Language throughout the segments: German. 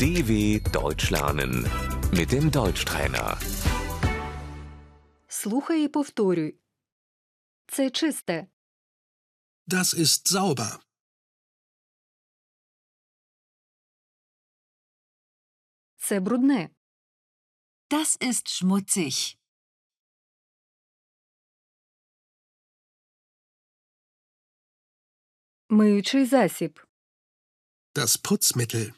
DW Deutsch lernen mit dem Deutschtrainer. Слухай і повторюй. Це чисте. Das ist sauber. Це брудне. Das ist schmutzig. Миючий засіб. Das Putzmittel.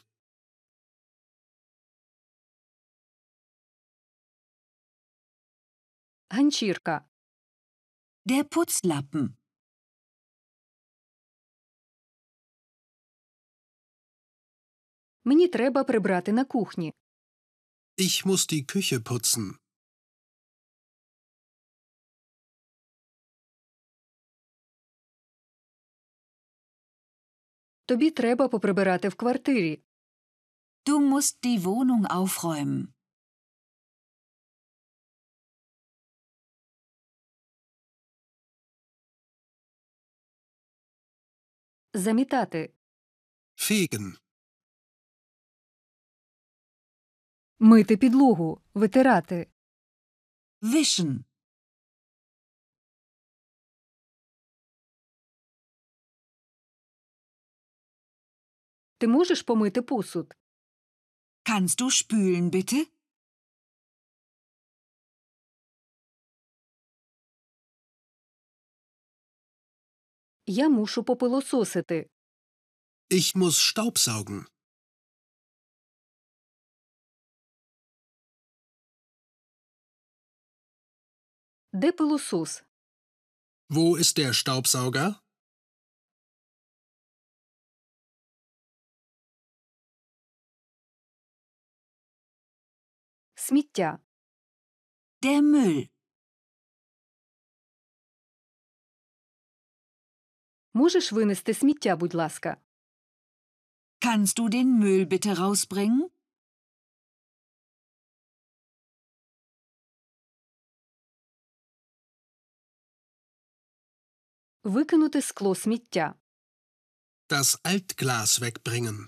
Ганчірка. Der Putzlappen. Мені треба прибрати на кухні. Ich muss die Küche putzen. Тобі треба поприбирати в квартирі. Du musst die Wohnung aufräumen. Замітати. Fegen. Мити підлогу. Витирати. Wischen. Ти можеш помити посуд? Kannst du spülen bitte? Я мушу попилососити. Ich muss Staubsaugen. Де пилосос? Wo ist der Staubsauger? Сміття. Der Müll. Можеш винести сміття, будь ласка. Kannst du den Müll bitte rausbringen? Викинути скло сміття. Das Altglas wegbringen.